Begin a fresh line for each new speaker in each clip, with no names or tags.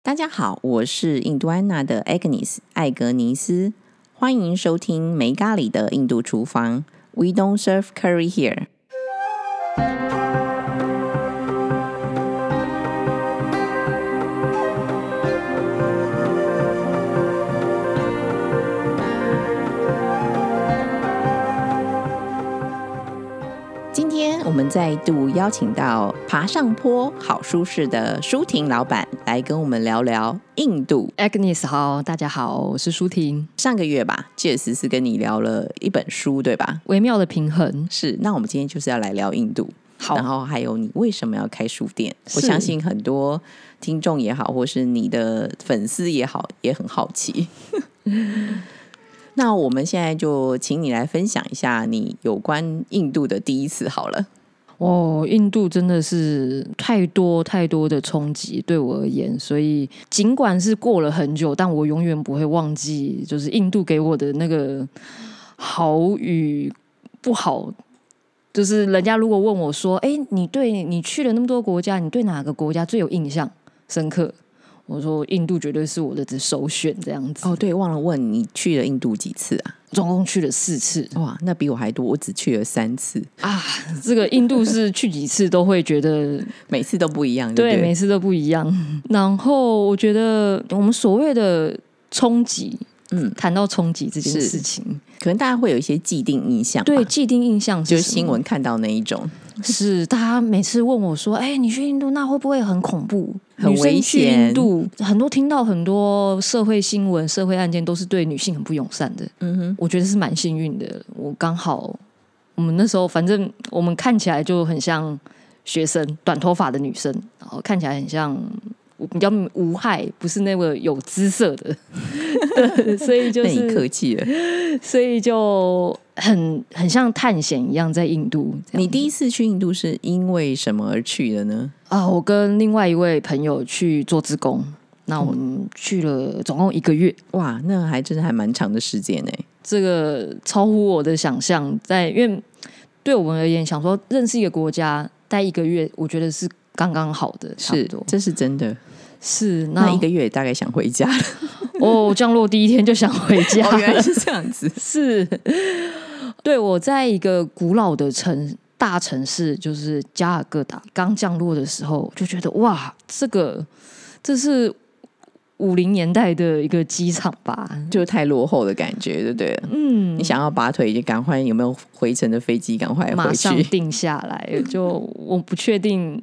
大家好，我是印度安娜的 Agnes 艾格尼斯，欢迎收听没咖喱的印度厨房。We don't serve curry here。今天我们再度邀请到爬上坡好舒适的舒婷老板来跟我们聊聊印度。
Agnes 好，大家好，我是舒婷。
上个月吧，届时是跟你聊了一本书，对吧？
微妙的平衡，
是，那我们今天就是要来聊印度，
好
然后还有你为什么要开书店？我
是
相信很多听众也好，或是你的粉丝也好，也很好奇。 那我们现在就请你来分享一下你有关印度的第一次好了。
哦，印度真的是太多太多的冲击对我而言，所以尽管是过了很久，但我永远不会忘记，就是印度给我的那个好与不好。就是人家如果问我说：“哎，你对你去了那么多国家，你对哪个国家最有印象深刻？”我说：“印度绝对是我的首选。”这样子，
哦，对，忘了问你去了印度几次啊？
总共去了四次。
哇，那比我还多，我只去了三次，
啊，这个印度是去几次都会 觉得
每次都不一样，对
对，
不对
每次都不一样。 然后我觉得我们所谓的冲击，
嗯，
谈到冲击这件
是
事情，
可能大家会有一些既定印象吧，
对既定印象
就是是
什么
新闻看到那一种，
是大家每次问我说：“哎、你去印度那会不会很恐怖？
很
女生
危
去
险
印度很多听到很多社会新闻、社会案件都是对女性很不友善的。
嗯哼，
我觉得是蛮幸运的。我刚好我们那时候，反正我们看起来就很像学生，短头发的女生，然后看起来很像比较无害，不是那个有姿色 的，对，所以就
那你
是
客气了。
所以就很很像探险一样在印度这样。
你第一次去印度是因为什么而去的呢？
啊，我跟另外一位朋友去做志工，那
嗯
我们去了总共一个月。
哇，那还真是还蛮长的时间呢、
这个超乎我的想象，在因为对我们而言，想说认识一个国家待一个月，我觉得是刚刚好的，差不
是
多，
这是真的。
是
那
那
一个月大概想回 家了，
哦，降落第一天就想回家，。
哦，原来是这样子
是， 对我在一个古老的城大城市，就是加尔各答，刚降落的时候就觉得哇，这个这是五零年代的一个机场吧，
就太落后的感觉，对不对？
嗯
你想要拔腿就赶快，有没有回程的飞机？赶快
马
回
上
去。
定下来，就我不确定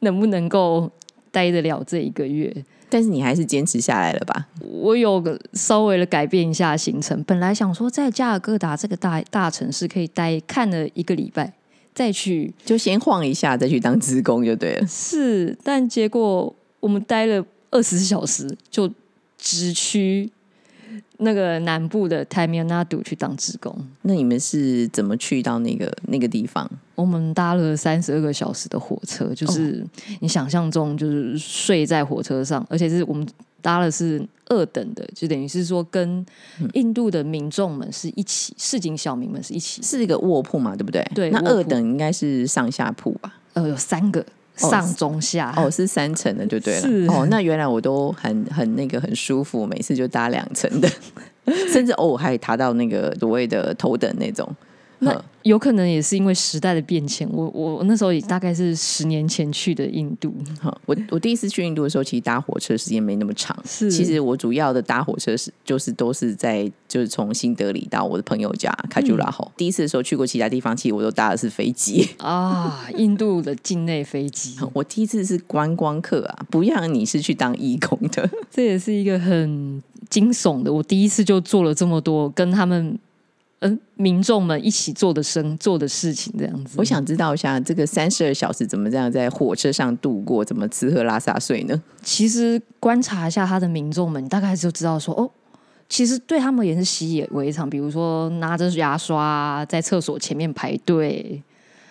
能不能够待得了这一个月。
但是你还是坚持下来了吧？
我有个稍微的改变一下行程，本来想说在加尔各答这个大大城市可以待看了一个礼拜，再去
就先晃一下，再去当职工就对 了。
是，但结果我们待了二十四小时，就直去那个南部的 Tamil Nadu 去当职工。
那你们是怎么去到那个那个地方？
我们搭了三十二个小时的火车，就是
哦
你想象中就是睡在火车上，而且是我们搭的是二等的，就等于是说跟
嗯
印度的民众们是一起，市井小民们是一起，
是一个卧铺嘛，对不对？
对
那
卧铺
二等应该是上下铺吧？
呃，有三个
哦
上中下，
哦，是三层的就对了。
啊是
哦，那原来我都很很那个很舒服，每次就搭两层的， 甚至偶尔还爬到那个所谓的头等那种。
那
嗯
有可能也是因为时代的变迁，我我我那时候也大概是十年前去的印度，
好，我我第一次去印度的时候，其实搭火车时间没那么长。
是
其实我主要的搭火车是就是都是在就是从新德里到我的朋友家卡朱
嗯
拉后。第一次的时候去过其他地方，其实我都搭的是飞机。
啊，印度的境内飞机，
我第一次是观光客啊，不像你是去当义工的。
这也是一个很惊悚的。我第一次就做了这么多，跟他们嗯、呃民众们一起做的生做的事情，这样子。
我想知道一下，这个三十二小时怎么这样在火车上度过？怎么吃喝拉撒睡呢？
其实观察一下他的民众们，你大概就知道说哦。其实对他们也是习以为常，比如说拿着牙刷在厕所前面排队，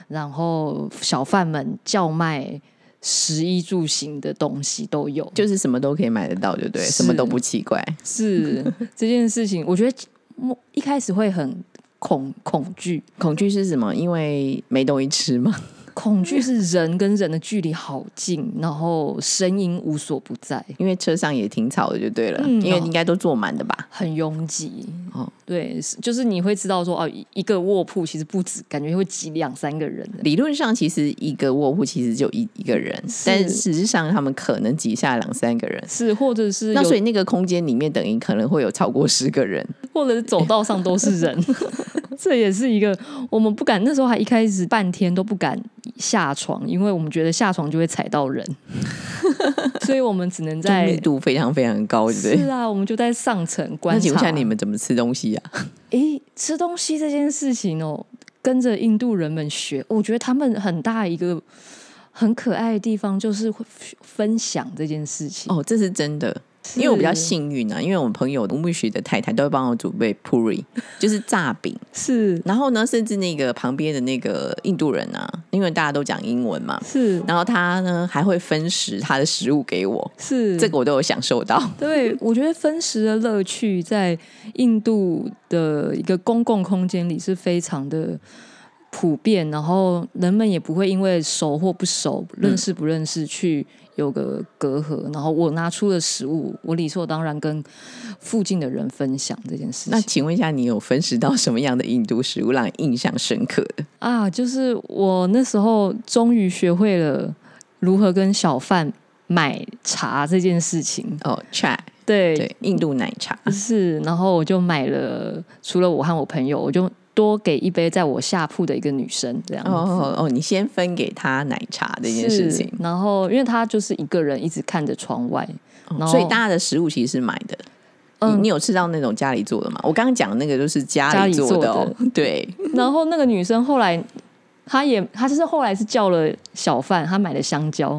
然后小贩们叫卖食衣住行的东西都有。
就是什么都可以买得到，对不对？
是
什么都不奇怪。
是这件事情，我觉得我一开始会很恐恐惧，
恐惧是什么？因为没东西吃嘛。
恐惧是人跟人的距离好近，然后声音无所不在，
因为车上也挺吵的，就对了，
嗯
因为
哦
应该都坐满的吧？
很拥挤。
哦，
对，是就是你会知道说哦，一一个卧铺其实不止，感觉会挤两三个人的。
理论上其实一个卧铺其实就一一个人，
是
但实质上他们可能挤下两三个人。
是，或者是
那
有
所以那个空间里面等于可能会有超过十个人，
或者是走道上都是 人，这也是一个我们不敢。那时候还一开始半天都不敢下床，因为我们觉得下床就会踩 到人，所以我们只能
就密
在
度非常非常高，对不对？
是啊，我们就在上层观
那
察。
请问一下，你们怎么吃东西啊？
诶，吃东西这件事情哦，跟着印度人们学，我觉得他们很大一个很可爱的地方就是会分享这件事情。
哦，这是真的，因为我比较幸运啊，因为我们朋友吴木许的太太都会帮我准备 puri，就是炸饼。
是
然后呢，甚至那个旁边的那个印度人啊，因为大家都讲英文嘛，
是
然后他呢还会分食他的食物给我，
是
这个我都有享受到。
对，我觉得分食的乐趣在印度的一个公共空间里是非常的普遍，然后人们也不会因为熟或不熟、认识不认识去有个隔阂。然后我拿出了食物，我理所当然跟附近的人分享这件事
那
情
请问一下，你有分食到什么样的印度食物让你印象深刻的？
啊。就是我那时候终于学会了如何跟小贩买茶这件事情。
哦，chai，
对，
对，印度奶茶。
是，然后我就买了，除了我和我朋友，我就多给一杯在我下铺的一个女生这样
哦
子。
哦哦，你先分给他奶茶这件事
是
情，
然后因为她就是一个人一直看着窗外，
哦
然后
所以大家的食物其实是买的。你
嗯
你有吃到那种家里做的吗？我刚刚讲的那个就是家
家里
做
做
的哦， 对，
然后那个女生后来，她也她就是后来是叫了小贩，她买了香蕉，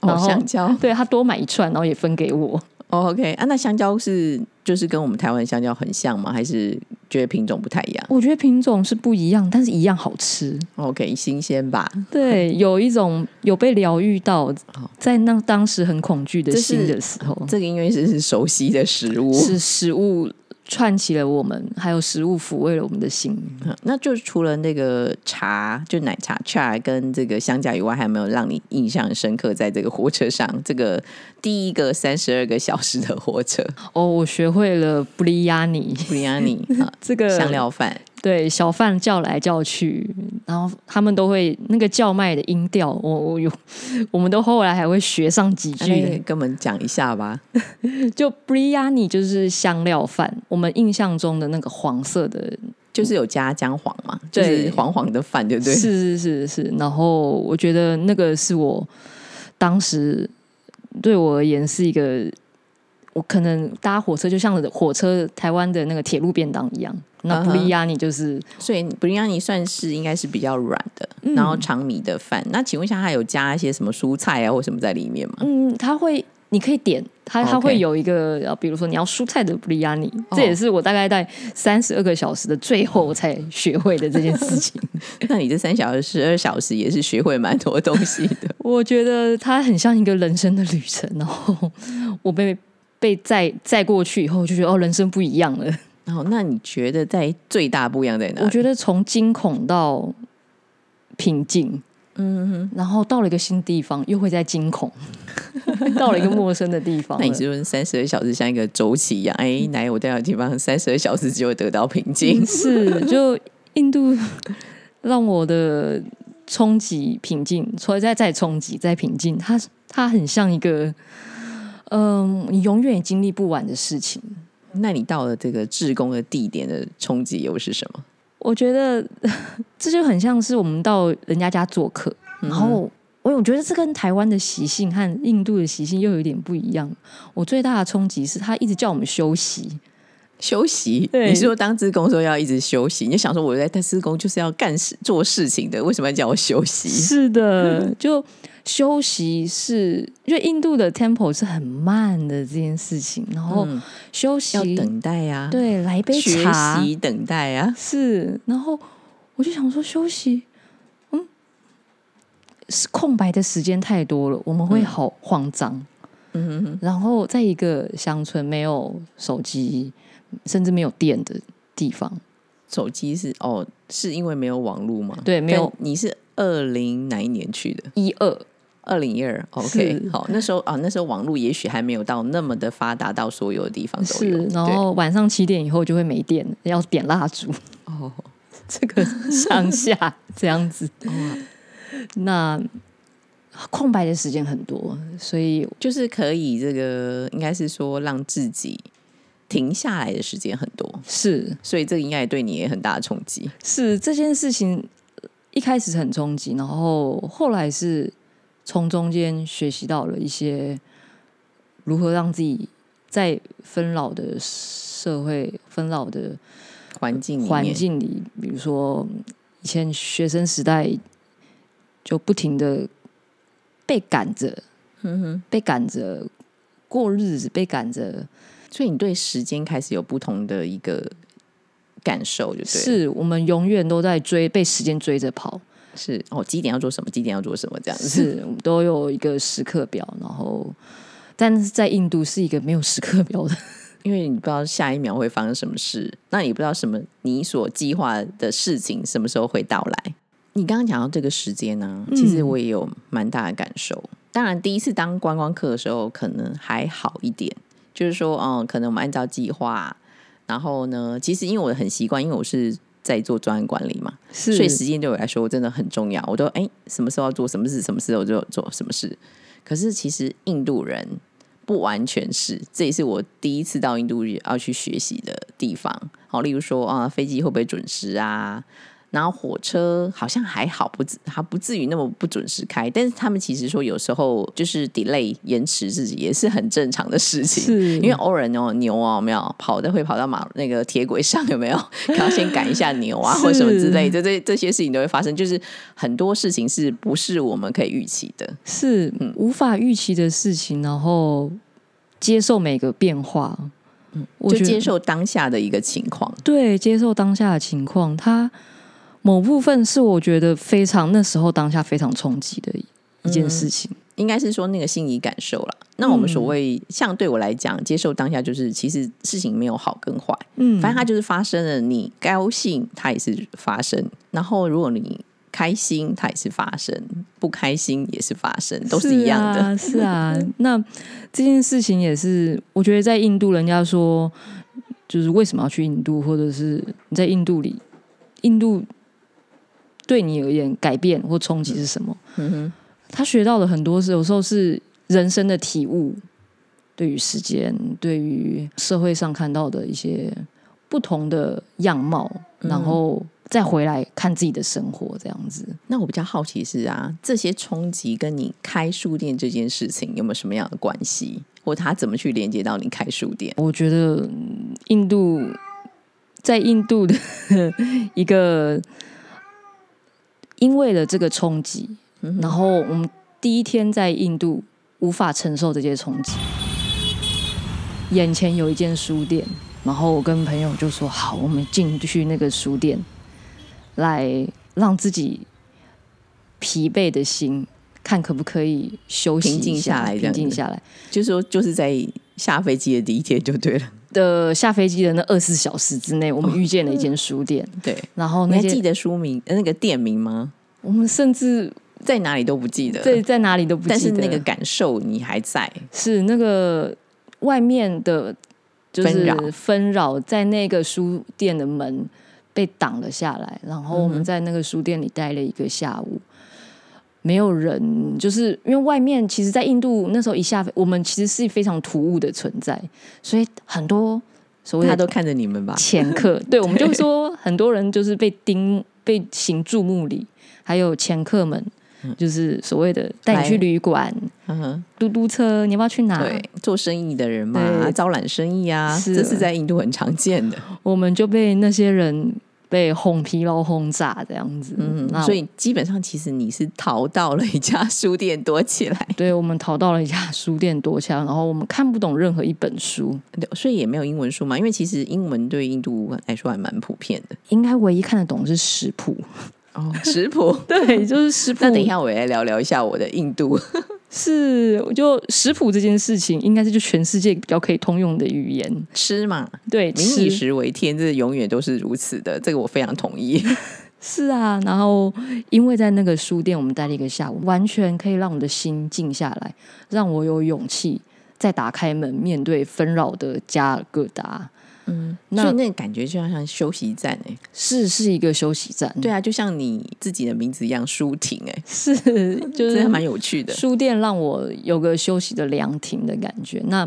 哦
然，后
香蕉
对她多买一串，然后也分给我。
哦，OK 啊，那香蕉是就是跟我们台湾香蕉很像吗？还是觉得品种不太一样
我觉得品种是不一样，但是一样好吃。
？OK，新鲜吧，
对，有一种有被疗愈到，在那当时很恐惧的
哦这
心
是
的时候。
这个因为是是熟悉的食物。
是食物串起了我们，还有食物抚慰了我们的心。
嗯 那就除了那个茶，就奶茶 chai 跟这个香蕉以外，还有没有让你印象深刻？在这个火车上，这个第一个三十二个小时的火车，
哦，我学会了布利亚尼
布里安尼啊，
这个
香，料饭，
对小贩叫来叫去，然后他们都会那个叫卖的音调，我我有，我们都后来还会学上几句
来
的。
跟我们讲一下吧。
就布利亚尼就是香料饭，我们印象中的那个黄色的
就是有加姜黄嘛，就
对
是黄黄的嗯饭，对不对？
是是是是，然后我觉得那个是我当时对我而言是一个，我可能搭火车就像火车台湾的那个铁路便当一样。那
嗯
布
哼
利亚尼就是、
所以布里安尼算是应该是比较软的，
嗯
然后长米的饭。那请问一下，它有加一些什么蔬菜啊或什么在里面 吗？
嗯，它会你可以点它，它
哦 OK
会有一个，呃比如说你要蔬菜的布利亚尼，
哦
这也是我大概在三十二个小时的最后我才学会的这件 事情。。
那你这三小时、十二小时也是学会蛮多东西的
我觉得它很像一个人生的旅程，然后我被被载载过去以后，我就觉得哦，人生不一样了。
然后，那你觉得在最大不一样在哪
我
里？
觉得从惊恐到平静，嗯，然后到了一个新地方，又会再惊恐，到了一个陌生的地方 了
那你是不是三十二小时像一个周期一样？哎，来我到的地方三十二小时就会得到平静。
是就印度让我的冲击平静，所以再再冲击再平静，它它很像一个。嗯，你永远也经历不完的事情。
那你到了这个志工的地点的冲击又是什么？
我觉得 这就很像是我们到人家家做客，
嗯
然后我我觉得这跟台湾的习性和印度的习性又有点不一样。我最大的冲击是他一直叫我们休息，
休息，
对
你是说当志工的时候要一直休息？你就想说我在当志工就是要干事做事情的，为什么要叫我休息？
是的， 就休息是因为印度的 tempo 是很慢的这件事情，然后
嗯
休息、
要等待呀、啊，，
对来一杯
学
茶
习等待啊。
是，然后我就想说休息，嗯，是空白的时间太多了，我们会
嗯
好慌张。
嗯哼哼，
然后在一个乡村没有手机，甚至没有电的地方，
手机是哦，是因为没有网络吗？
对没有
但你是二零哪一年去的？
一二，
二零一二，OK，
是
好，那时候啊，那时候网络也许还没有到那么的发达，到所有的地方都
是
有。，
然后晚上七点以后就会没电，要点蜡烛，
对哦，
这 个上下这样子。那空白的时间很多，所以
就是可以这个，应该是说让自己停下来的时间很多，
是
所以这个应该也对你也很大的冲击。
是这件事情一开始很冲击，然后后来是从中间学习到了一些如何让自己在纷扰的社会、纷扰的
环境里面，
环境里，比如说嗯以前学生时代就不停的被赶着，
嗯哼，
被赶着过日子，被赶着。
所以你对时间开始有不同的一个感受，就对了
是我们永远都在追，被时间追着跑，
是哦，几点要做什么，几点要做什么这样子。
是我们都有一个时刻表，然后。但是在印度是一个没有时刻表的，
因为你不知道下一秒会发生什么事，那你不知道什么你所计划的事情什么时候会到来。你刚刚讲到这个时间呢、
嗯
其实我也有蛮大的感受。当然，第一次当观光客的时候，可能还好一点，就是说，嗯，可能我们按照计划，然后呢，其实因为我很习惯，因为我是在做专案管理嘛，
是
所以时间对我来说真的很重要。我都哎、什么时候要做什么事，什么时候就做什么事。可是其实印度人不完全是，这也是我第一次到印度要去学习的地方。好，例如说啊，飞机会不会准时啊？然后火车好像还好，不至还不至于那么不准时开。但是他们其实说有时候就是 delay 延迟自己也是很正常的事情。
是
因为偶尔哦牛啊，有没有跑的会跑到马那个铁轨上有没有？ 可能要先赶一下牛啊，
是
或什么之类的，这这这些事情都会发生。就是很多事情是不是我们可以预期的？
是无法预期的事情，然后接受每个变化，嗯，我
就
觉得
接受当下的一个情况。
对，接受当下的情况，它某部分是我觉得非常那时候当下非常冲击的一件事情。
应该是说那个心理感受啦。那我们
嗯
所谓、像对我来讲，接受当下就是，其实事情没有好跟坏，
嗯
反正它就是发生了。你高兴，它也是发生；然后如果你开心，它也是发生；不开心也是发生，都是一样的。
是 啊，是啊那这件事情也是，我觉得在印度，人家说就是为什么要去印度，或者是你在印度里，印度对你而言改变或冲击是什么？
嗯哼，
他学到了很多，是有时候是人生的体悟，对于时间，对于社会上看到的一些不同的样貌，
嗯
然后再回来看自己的生活，这样子。
那我比较好奇是啊，这些冲击跟你开书店这件事情有没有什么样的关系，或它怎么去连接到你开书店？
我觉得嗯印度在印度的 一个，因为了这个冲击，
嗯
然后我们第一天在印度无法承受这些冲击。眼前有一间书店，然后我跟朋友就说：“好，我们进去那个书店，来让自己疲惫的心看可不可以休息
平静
一
下来这
平
样子
静下来。”
就是说，就是在下飞机的第一天就对 了。
的下飞机的那二十四小时之内，我们遇见了一间书店，
对，
然后
嗯 你
那
还记
间
得书名、呃那个店名吗？
我们甚至
在哪里都不记得。
在在哪里都不记得，
但是那个感受你还在，
是那个外面的，就
纷扰
是纷扰在那个书店的门被挡了下来，然后我
嗯
们在那个书店里待了一个下午。没有人，就是因为外面其实，在印度那时候一下飞，我们其实是非常突兀的存在，所以很多所谓
他
的
都看着你们 吧。
前客， 对，我们就说很多人就是被盯、被行注目礼，还有前客们，就是所谓的带你去
嗯来
旅馆、
嗯哼，
嘟嘟车，你要不要去哪？
对，做生意的人嘛，
啊对
招揽生意啊，
是
这是在印度很常见的。
我们就被那些人被轰疲劳轰炸这样子，
嗯
那，
所以基本上其实你是逃到了一家书店躲起来，
对我们逃到了一家书店躲起来，然后我们看不懂任何一本书，
对所以也没有英文书嘛，因为其实英文对印度来说还蛮普遍的。
应该唯一看得懂是食谱，
哦， 食谱。
对，就是食谱。
那等一下，我来聊聊一下我的印度。
是，我就食谱这件事情，应该是就全世界比较可以通用的语言，
吃嘛，
对，
民以
吃
食为天，这永远都是如此的，这个我非常同意。
是啊，然后因为在那个书店，我们待了一个下午，完全可以让我的心静下来，让我有勇气再打开门面对纷扰的加尔各答。
嗯，
那
所以那个感觉就像像休息站哎、
是是一个休息站，
对，啊，就像你自己的名字一样，舒婷哎、
是就
真
是
的蛮有趣的。
书店让我有个休息的凉亭的感觉。那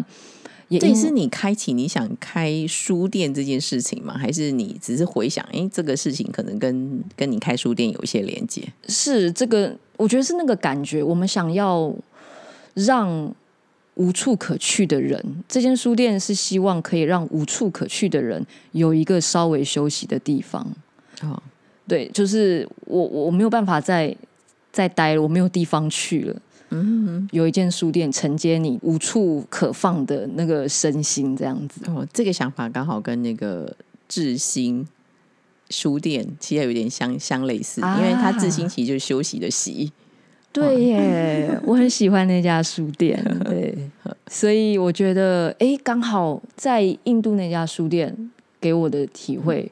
也
这也
因
是你开启你想开书店这件事情吗？还是你只是回想，哎，这个事情可能跟跟你开书店有一些连接？
是这个，我觉得是那个感觉，我们想要让无处可去的人，这间书店是希望可以让无处可去的人有一个稍微休息的地方。
哦，
对，就是我我我没有办法再再待了，我没有地方去了。嗯，有一间书店承接你无处可放的那个身心，这样子。
哦，这个想法刚好跟那个志新书店其实有点相相类似，
啊
因为它志新其实就是休息的息。
对耶，我很喜欢那家书店， 对，所以我觉得，哎，刚好在印度那家书店给我的体会，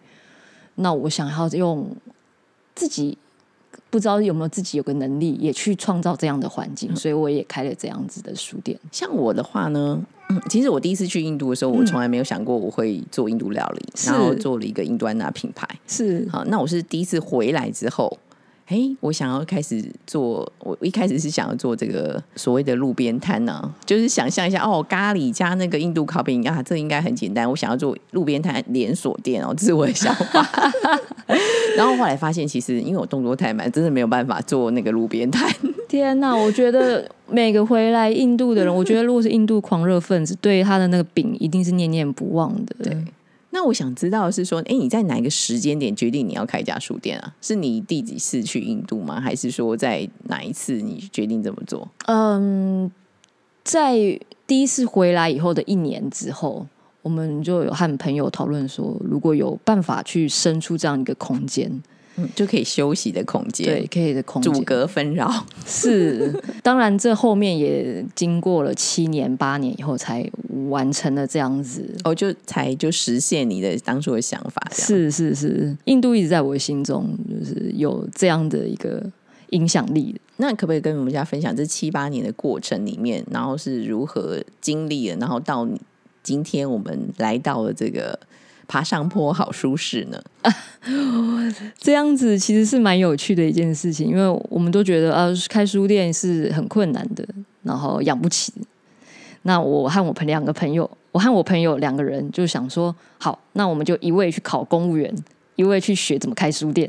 那我想要用自己不知道有没有自己有个能力，也去创造这样的环境，所以我也开了这样子的书店。
像我的话呢，嗯，其实我第一次去印度的时候，我从来没有想过我会做印度料理，
嗯是
然后做了一个印度安娜品牌。
是
好，那我是第一次回来之后，诶，我想要开始做，我一开始是想要做这个所谓的路边摊呢、就是想象一下，哦，咖喱加那个印度烤饼啊，这应该很简单。我想要做路边摊连锁店哦，这是我的想法。 然后后来发现，其实因为我动作太慢，真的没有办法做那个路边摊。
天呐，我觉得每个回来印度的人，我觉得如果是印度狂热分子，对他的那个饼一定是念念不忘的。对。
那我想知道的是说，诶，你在哪一个时间点决定你要开一家书店啊？是你第几次去印度吗？还是说在哪一次你决定这么做？
嗯，在第一次回来以后的一年之后，我们就有和朋友讨论说，如果有办法去生出这样一个空间，
嗯，就可以休息的空间。
对，可以的空间
阻隔纷扰，
是。当然，这后面也经过了七年八年以后，才完成了这样子。
哦，就才就实现你的当初的想法，这样。
是是是，印度一直在我的心中就是有这样的一个影响力的。
那可不可以跟我们家分享这七八年的过程里面，然后是如何经历的，然后到你今天我们来到了这个爬上坡好舒适呢？
这样子其实是蛮有趣的一件事情，因为我们都觉得啊，开书店是很困难的，然后养不起。那我和我朋两个朋友，我和我朋友两个人就想说，好，那我们就一位去考公务员，一位去学怎么开书店。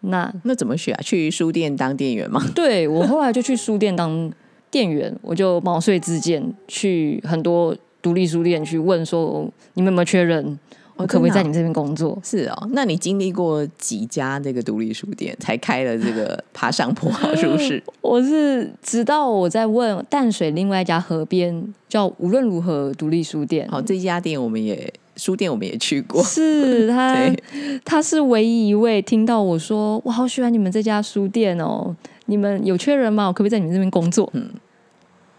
那
那怎么学啊？去书店当店员吗？
对我后来就去书店当店员，我就毛遂自荐去很多独立书店去问说，你们有没有缺人？我可不可以
真的啊
在你们这边工作？
是哦，那你经历过几家这个独立书店，才开了这个爬上坡好舒 适？
我是直到我在问淡水另外一家河边叫无论如何独立书店，
好，这家店我们也书店我们也去过，
是啊他
对，
他是唯一一位听到我说我好喜欢你们这家书店哦，你们有缺人吗？我可不可以在你们这边工作？嗯。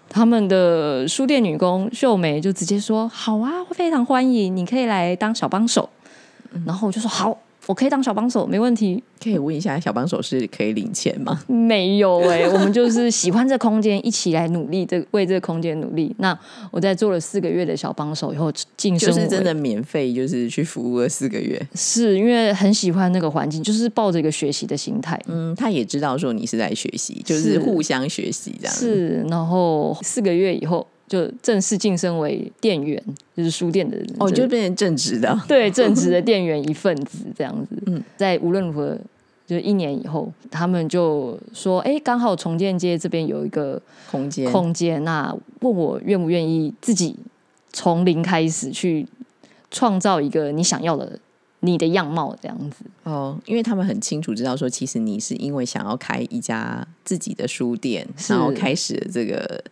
他们的书店女工秀梅就直接说：“好啊，非常欢迎，你可以来当小帮手。
嗯
然后我就说：“好，我可以当小帮手，没问题。”
可以问一下小帮手是可以领钱吗？
没有哎、我们就是喜欢这空间，一起来努力，这为这个空间努力。那我在做了四个月的小帮手以后，晋升
就
为
是真的免费，就是去服务了四个月。
是因为很喜欢那个环境，就是抱着一个学习的心态。
嗯，他也知道说你是在学习，就是是互相学习这样。，
是，然后四个月以后就正式晋升为店员，就是书店的
哦，
这
就变成正直的。
对正直的店员一份子这样子。 嗯，在无论如何，就是一年以后，他们就说：“哎，刚好重建街这边有一个
空间
空间，那问我愿不愿意自己从零开始去创造一个你想要的你的样貌这样子。
哦，因为他们很清楚知道说，其实你是因为想要开一家自己的书店，
是
然后开始了这个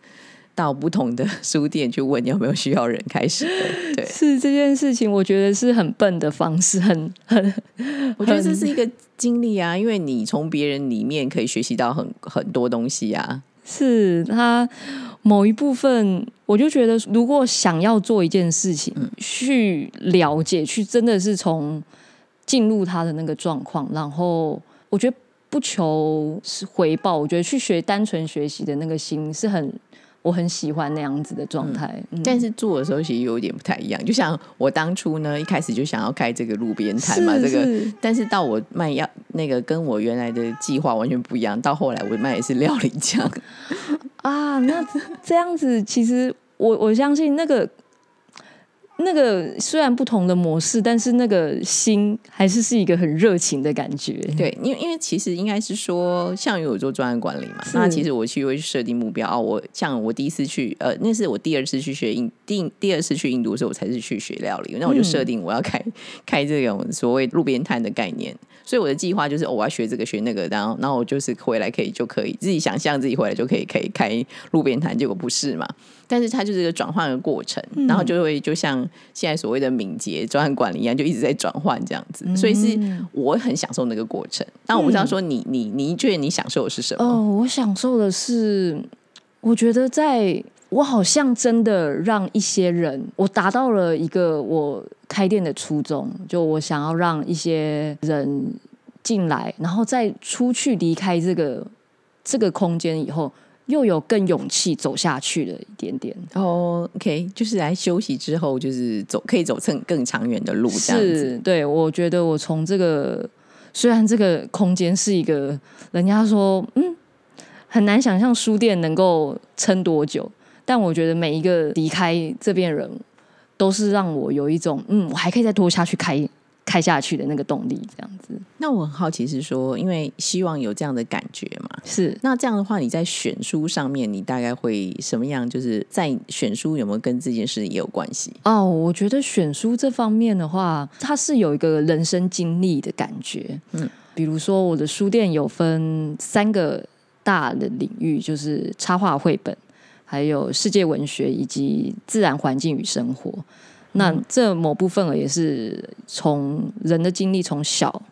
到不同的书店去问有没有需要人开始的。 对，
是这件事情，我觉得是很笨的方式，很很
我觉得这是一个经历啊，因为你从别人里面可以学习到很很多东西啊。
是它某一部分，我就觉得如果想要做一件事情，去了解，去真的是从进入他的那个状况，然后我觉得不求回报，我觉得去学单纯学习的那个心是很。我很喜欢那样子的状态，嗯
但是做的时候其实有点不太一样。就像我当初呢，一开始就想要开这个路边摊嘛，
是
这个。
是
但是到我卖药那个跟我原来的计划完全不一样，到后来我卖的是料理酱，
啊，那这样子其实我我相信那个那个虽然不同的模式，但是那个心还是是一个很热情的感觉。
对，因为因为其实应该是说，像有做专案管理嘛，
是
那其实我去会设定目标哦。我像我第一次去，呃，那是我第二次去学印，第第二次去印度的时候，我才是去学料理。
嗯
那我就设定我要开、开这种所谓路边摊的概念，所以我的计划就是、哦我要学这个学那个，然后然后我就是回来可以就可以自己想象自己回来就可以可以开路边摊，结果不是嘛？但是它就是一个转换的过程，
嗯
然后就会就像现在所谓的敏捷专案管理一样，就一直在转换这样子，
嗯
所以是我很享受那个过程。但我不知道说你你你觉得你享受的是什么？
嗯哦，我享受的是，我觉得在我好像真的让一些人，我达到了一个我开店的初衷，就我想要让一些人进来，然后再出去离开这个这个空间以后，又有更勇气走下去了一点点。
哦、o k 就是来休息之后，就是走可以走更更长远的路这样子。
是，对，我觉得我从这个，虽然这个空间是一个，人家说，嗯，很难想象书店能够撑多久，但我觉得每一个离开这边的人，都是让我有一种，嗯，我还可以再拖下去开开下去的那个动力，这样子。
那我很好奇是说，因为希望有这样的感觉嘛。
是，
那这样的话，你在选书上面，你大概会什么样？就是在选书有没有跟这件事也有关系？
哦，我觉得选书这方面的话，它是有一个人生经历的感觉。
嗯
嗯，比如说我的书店有分三个大的领域，就是插画绘本，还有世界文学以及自然环境与生活。那这某部分也是从人的经历从小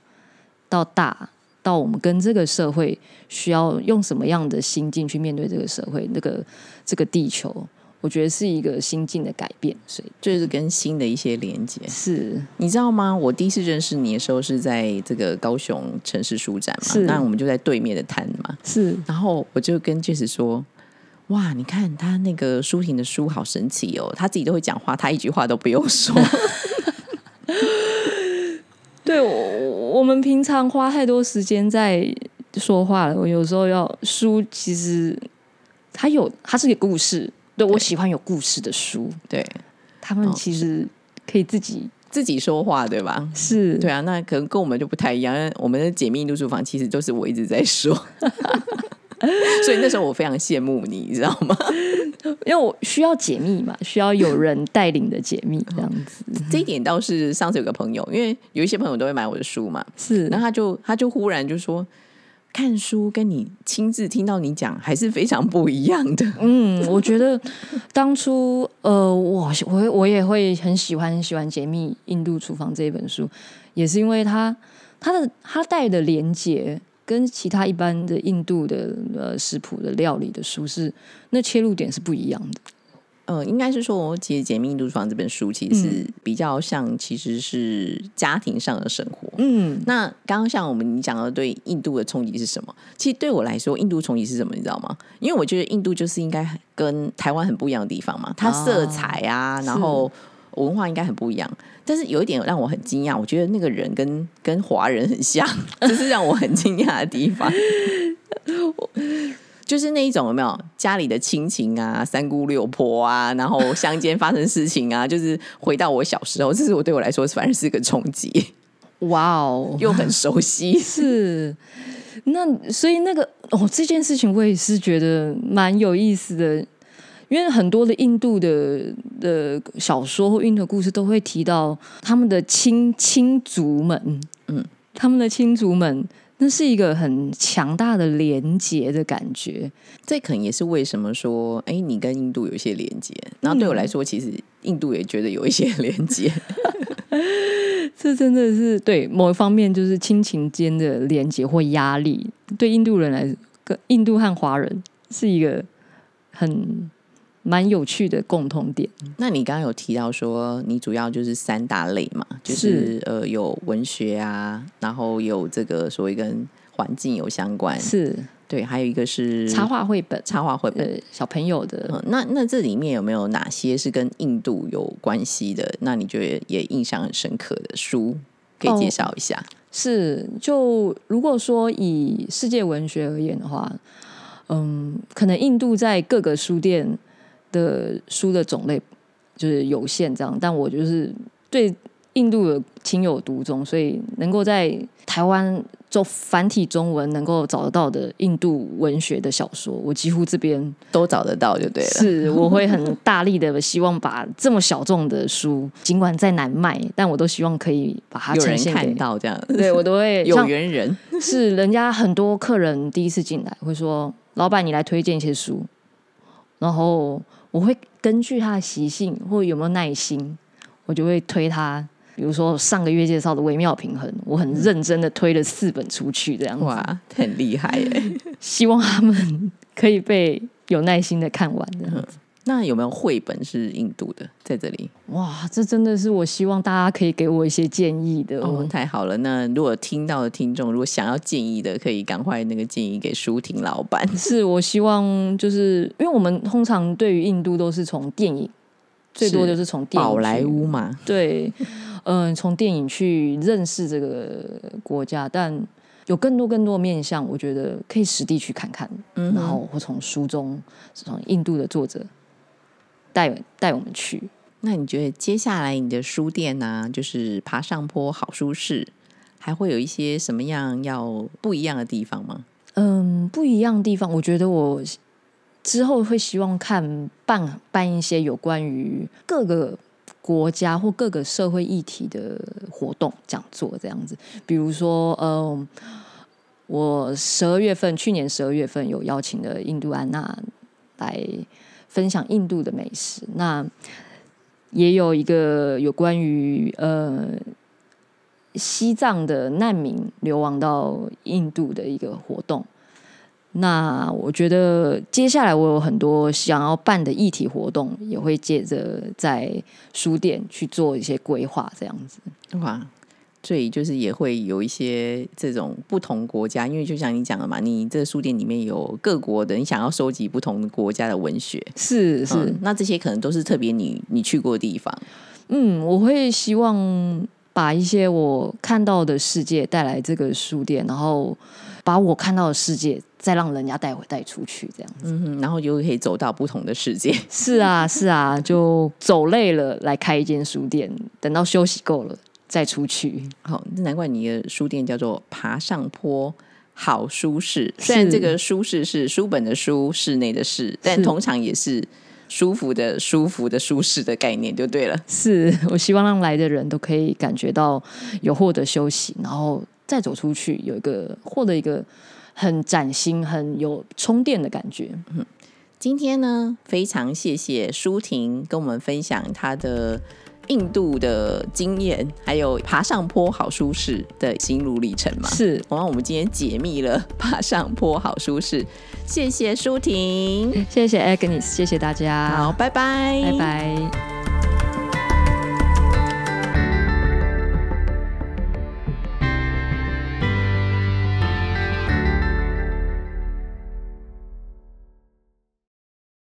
到大，到我们跟这个社会需要用什么样的心境去面对这个社会，那个这个地球，我觉得是一个心境的改变，所以。
就是跟新的一些连接。
是
你知道吗？我第一次认识你的时候是在这个高雄城市书展嘛，
是
那我们就在对面的摊嘛，
是，
然后我就跟 Jess 说。哇，你看他那个舒婷的书好神奇哦，他自己都会讲话，他一句话都不用说。
对我我们平常花太多时间在说话了，我有时候要书其实它有它是个故事，对我
对
喜欢有故事的书，
对
他
哦
们其实可以自己
自己说话对吧？
是
对啊，那可能跟我们就不太一样。因为我们的解密印度厨房其实都是我一直在说， 所以那时候我非常羡慕你，你知道吗？
因为我需要解密嘛，需要有人带领的解密这样子，
这一点倒是上次有个朋友，因为有一些朋友都会买我的书嘛，
是
然后他就他就忽然就说，看书跟你亲自听到你讲还是非常不一样的。
嗯，我觉得当初呃，我我我也会很喜欢很喜欢解密《印度厨房》这一本书，也是因为它它的它带的连接跟其他一般的印度的呃食谱的料理的书是那切入点是不一样的。
呃，应该是说，我其实《解密印度厨房》这本书其实是比较像，其实是家庭上的生活。
嗯，
那刚刚像我们你讲到对印度的冲击是什么？其实对我来说，印度冲击是什么？你知道吗？因为我觉得印度就是应该跟台湾很不一样的地方嘛，它
哦
色彩啊，然后文化应该很不一样。但是有一点让我很惊讶，我觉得那个人跟跟华人很像， 这是让我很惊讶的地 方。就是那一种有没有家里的亲情啊，三姑六婆啊，然后乡间发生事情啊，就是回到我小时候，这是我对我来说反而是个冲击，
哇哦，
又很熟悉。
是，那所以那个哦，这件事情我也是觉得蛮有意思的，因为很多的印度的的小说或印度故事都会提到他们的亲亲族们，
嗯
嗯，他们的亲族们，那是一个很强大的连结的感觉，
这可能也是为什么说，哎，你跟印度有一些连接。然后对我来说，其实印度也觉得有一些连 接。
这真的是对某一方面就是亲情间的连结或压力，对印度人来，跟印度和华人是一个很蛮有趣的共同点。
那你刚刚有提到说，你主要就是三大类嘛，就是呃有文学啊，然后有这个所谓跟环境有相关，
是
对，还有一个是
插画绘本，
插画绘本。
呃，小朋友的。
嗯，那那这里面有没有哪些是跟印度有关系的？那你觉得也印象很深刻的书，可以
哦
介绍一下？
是，就如果说以世界文学而言的话，嗯，可能印度在各个书店的书的种类就是有限，这样。但我就是对印度的情有独钟，所以能够在台湾做繁体中文能够找得到的印度文学的小说，我几乎这边
都找得到就对啊了。
是，我会很大力的希望把这么小众的书，尽管再难卖，但我都希望可以把它
有
呈
人
现给
看。到这样，
对，我都 会
有
像
缘人
是人家很多客人第一次进来会说：“老板，你来推荐一些书。”然后我会根据他的习性或有没有耐心，我就会推他。比如说上个月介绍的《微妙平衡》，我很认真的推了四本出去，这样子，
哇，很厉害 耶！
希望他们可以被有耐心的看完。这样
嗯
子，
那有没有绘本是印度的在这里？
哇，这真的是我希望大家可以给我一些建议的。
哦，太好了！那如果听到的听众，如果想要建议的，可以赶快那个建议给舒婷老板。
是我希望，就是因为我们通常对于印度都是从电影，最多
是
就是从电影
宝莱
去
坞嘛，
对， 嗯、从电影去认识这个国家，但有更多更多面向，我觉得可以实地去看看，
嗯哼
然后或从书中，从印度的作者带带我们去。
那你觉得接下来你的书店呢、就是爬上坡好舒适，还会有一些什么样要不一样的地方吗？
嗯，不一样的地方，我觉得我之后会希望看办办一些有关于各个国家或各个社会议题的活动讲座这样子。比如说，嗯，我十二月份，去年十二月份有邀请了印度安娜来分享印度的美食，那也有一个有关于呃西藏的难民流亡到印度的一个活动。那我觉得接下来我有很多想要办的议题活动，也会借着在书店去做一些规划，这样子。
哇，所以就是也会有一些这种不同国家，因为就像你讲的嘛，你这个书店里面有各国的，你想要收集不同的国家的文学，
是是，
嗯那这些可能都是特别你你去过的地方。
嗯，我会希望把一些我看到的世界带来这个书店，然后把我看到的世界再让人家带回带出去，这样子。
嗯哼，然后就可以走到不同的世界。
是 啊，是啊，就走累了来开一间书店，等到休息够了再出去。
好，难怪你的书店叫做“爬上坡”。好舒适，虽然
是
这个舒适是书本的书，室内的室，但
是
通常也是舒服的、舒服的、舒适的概念就对了。
是我希望让来的人都可以感觉到有获得休息，然后再走出去，有一个获得一个很崭新、很有充电的感觉。
今天呢，非常谢谢舒婷跟我们分享她的印度的经验，还有爬上坡好舒适的心路历程嘛。
是，
然后我们今天解密了爬上坡好舒适，谢谢舒婷，
谢谢 Agnes，谢谢大家，
嗯好，拜拜，
拜拜